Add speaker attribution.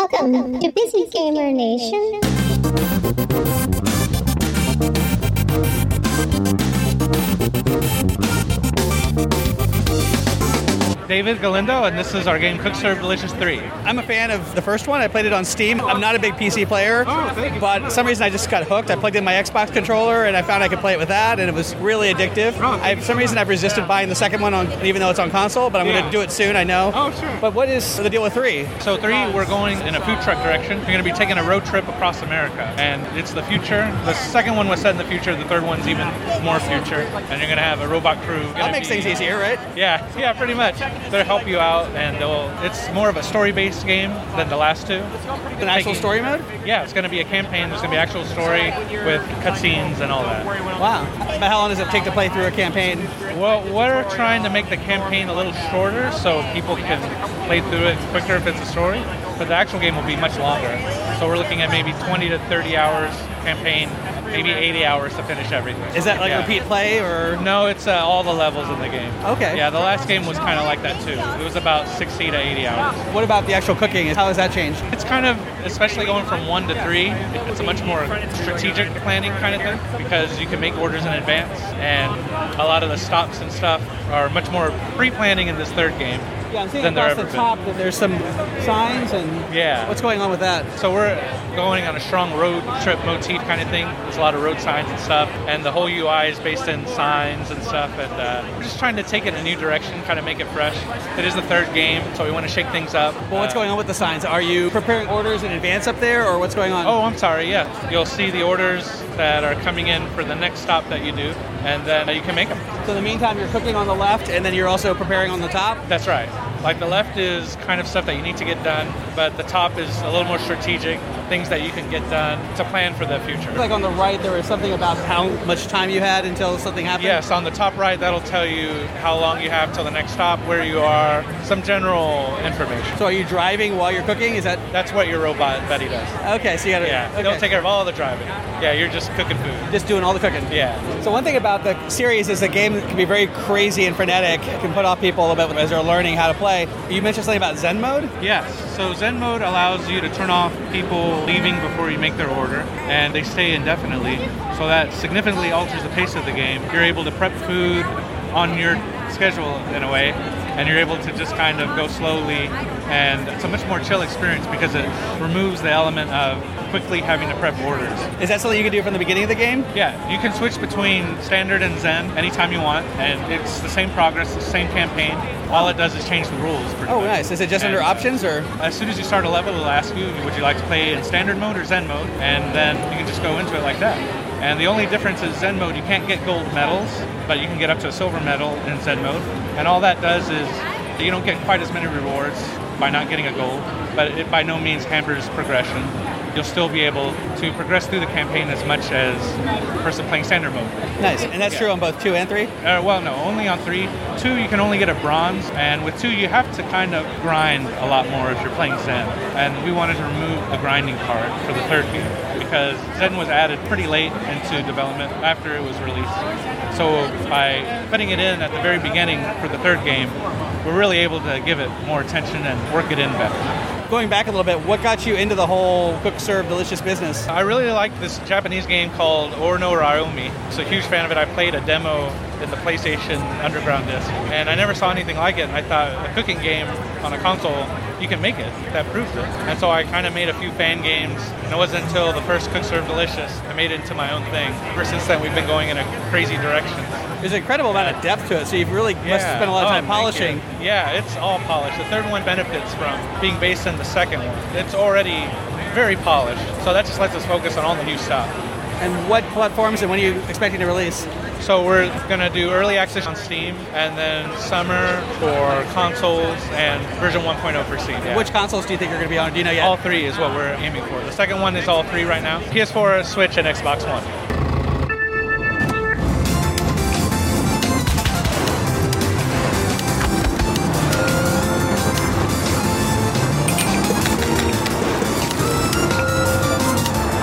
Speaker 1: Welcome to Busy Gamer Nation.
Speaker 2: David Galindo, and this is our game Cook Serve Delicious 3.
Speaker 3: I'm a fan of the first one. I played it on Steam. I'm not a big PC player,
Speaker 2: Oh,
Speaker 3: but for some reason I just got hooked. I plugged in my Xbox controller and I found I could play it with that, and it was really addictive.
Speaker 2: Oh,
Speaker 3: I, for some reason I've resisted buying the second one, on, even though it's on console, but I'm going
Speaker 2: Yeah.
Speaker 3: to do it soon. I know.
Speaker 2: Oh, sure.
Speaker 3: But what is the deal with three?
Speaker 2: So three, we're going in a food truck direction. We're going to be taking a road trip across America, and it's the future. The second one was set in the future. The third one's even more future, and you're going to have a robot crew. Gonna
Speaker 3: That makes
Speaker 2: be- uh,
Speaker 3: things easier, right?
Speaker 2: Yeah, yeah, pretty much. They'll help you out, and they'll. It's more of a story-based game than the last two.
Speaker 3: An actual story mode?
Speaker 2: Yeah, it's going to be a campaign. There's going to be actual story with cutscenes and all that.
Speaker 3: Wow. But how long does it take to play through a campaign?
Speaker 2: Well, we're trying to make the campaign a little shorter so people can play through it quicker if it's a story, but the actual game will be much longer. So we're looking at maybe 20 to 30 hours campaign, maybe 80 hours to finish everything.
Speaker 3: Is that like
Speaker 2: Yeah.
Speaker 3: repeat play or?
Speaker 2: No, it's uh, all the levels in the game.
Speaker 3: Okay.
Speaker 2: Yeah, the last game was kind of like that too. It was about 60 to 80 hours.
Speaker 3: What about the actual cooking? How has that changed?
Speaker 2: It's kind of, especially going from one to three, it's a much more strategic planning kind of thing because you can make orders in advance, and a lot of the stops and stuff are much more pre-planning in this third game
Speaker 3: Yeah, I'm seeing
Speaker 2: than there
Speaker 3: across
Speaker 2: ever been.
Speaker 3: the top that there's some signs and
Speaker 2: Yeah.
Speaker 3: what's going on with that?
Speaker 2: So we're going on a strong road trip motif kind of thing. There's a lot of road signs and stuff, and the whole UI is based in signs and stuff. And uh, we're just trying to take it in a new direction, kind of make it fresh. It is the third game, so we want to shake things up.
Speaker 3: Well, what's
Speaker 2: Uh,
Speaker 3: going on with the signs? Are you preparing orders in advance up there, or what's going on?
Speaker 2: Oh, I'm sorry. Yeah, you'll see the orders that are coming in for the next stop that you do, and then you can make them.
Speaker 3: so in the meantime, you're cooking on the left, and then you're also preparing on the top.
Speaker 2: That's right. Like the left is kind of stuff that you need to get done, but the top is a little more strategic, things that you can get done to plan for the future.
Speaker 3: Like on the right, there was something about how much time you had until something happened.
Speaker 2: Yes, on the top right, that'll tell you how long you have till the next stop, where you are, some general information.
Speaker 3: So are you driving while you're cooking? Is that
Speaker 2: That's what your robot Betty does.
Speaker 3: okay? So you got to
Speaker 2: Yeah,
Speaker 3: okay.
Speaker 2: they'll take care of all the driving. Yeah, you're just cooking food.
Speaker 3: just doing all the cooking.
Speaker 2: Yeah.
Speaker 3: So one thing about the series is the game can be very crazy and frenetic. It can put off people a little bit as they're learning how to play. You mentioned something about Zen mode.
Speaker 2: Yes, so Zen mode allows you to turn off people leaving before you make their order, and they stay indefinitely. So that significantly alters the pace of the game. You're able to prep food on your schedule in a way, and you're able to just kind of go slowly. And it's a much more chill experience because it removes the element of quickly having to prep orders.
Speaker 3: Is that something you can do from the beginning of the game?
Speaker 2: Yeah, you can switch between standard and Zen anytime you want, and it's the same progress, the same campaign. All it does is change the rules. pretty
Speaker 3: Oh,
Speaker 2: much.
Speaker 3: nice. Is it just
Speaker 2: And
Speaker 3: under options or?
Speaker 2: As soon as you start a level, it'll ask you, would you like to play in standard mode or Zen mode? And then you can just go into it like that. And the only difference is Zen mode, you can't get gold medals, but you can get up to a silver medal in Zen mode. And all that does is you don't get quite as many rewards by not getting a gold, but it by no means hampers progression. You'll still be able to progress through the campaign as much as the person playing standard mode.
Speaker 3: Nice. And that's
Speaker 2: Yeah.
Speaker 3: true on both two and three.
Speaker 2: Uh, well, no, only on three. Two, you can only get a bronze, and with two, you have to kind of grind a lot more if you're playing Zen. And we wanted to remove the grinding part for the third game because Zen was added pretty late into development after it was released. So by putting it in at the very beginning for the third game, we're really able to give it more attention and work it in better.
Speaker 3: Going back a little bit, what got you into the whole cook, serve, delicious business?
Speaker 2: I really like this Japanese game called Or no Ryomi. It's a huge fan of it. I played a demo in the PlayStation Underground disc, and I never saw anything like it. And I thought a cooking game on a console, you can make it. That proves it. And so I kind of made a few fan games, and it wasn't until the first Cook Serve Delicious I made it into my own thing. Ever since then, we've been going in a crazy direction.
Speaker 3: There's an incredible amount of depth to it, so you've really must have spent a lot of
Speaker 2: Oh,
Speaker 3: time
Speaker 2: thank
Speaker 3: polishing.
Speaker 2: you. Yeah, it's all polished. The third one benefits from being based in the second one. It's already very polished, so that just lets us focus on all the new stuff.
Speaker 3: And what platforms and when are you expecting to release?
Speaker 2: So we're gonna do early access on Steam, and then summer for consoles and version 1.0 for Steam. yeah.
Speaker 3: Which consoles do you think are going to be on? Do you know yet?
Speaker 2: all three is what we're aiming for. The second one is all three right now: PS4, Switch, and Xbox One.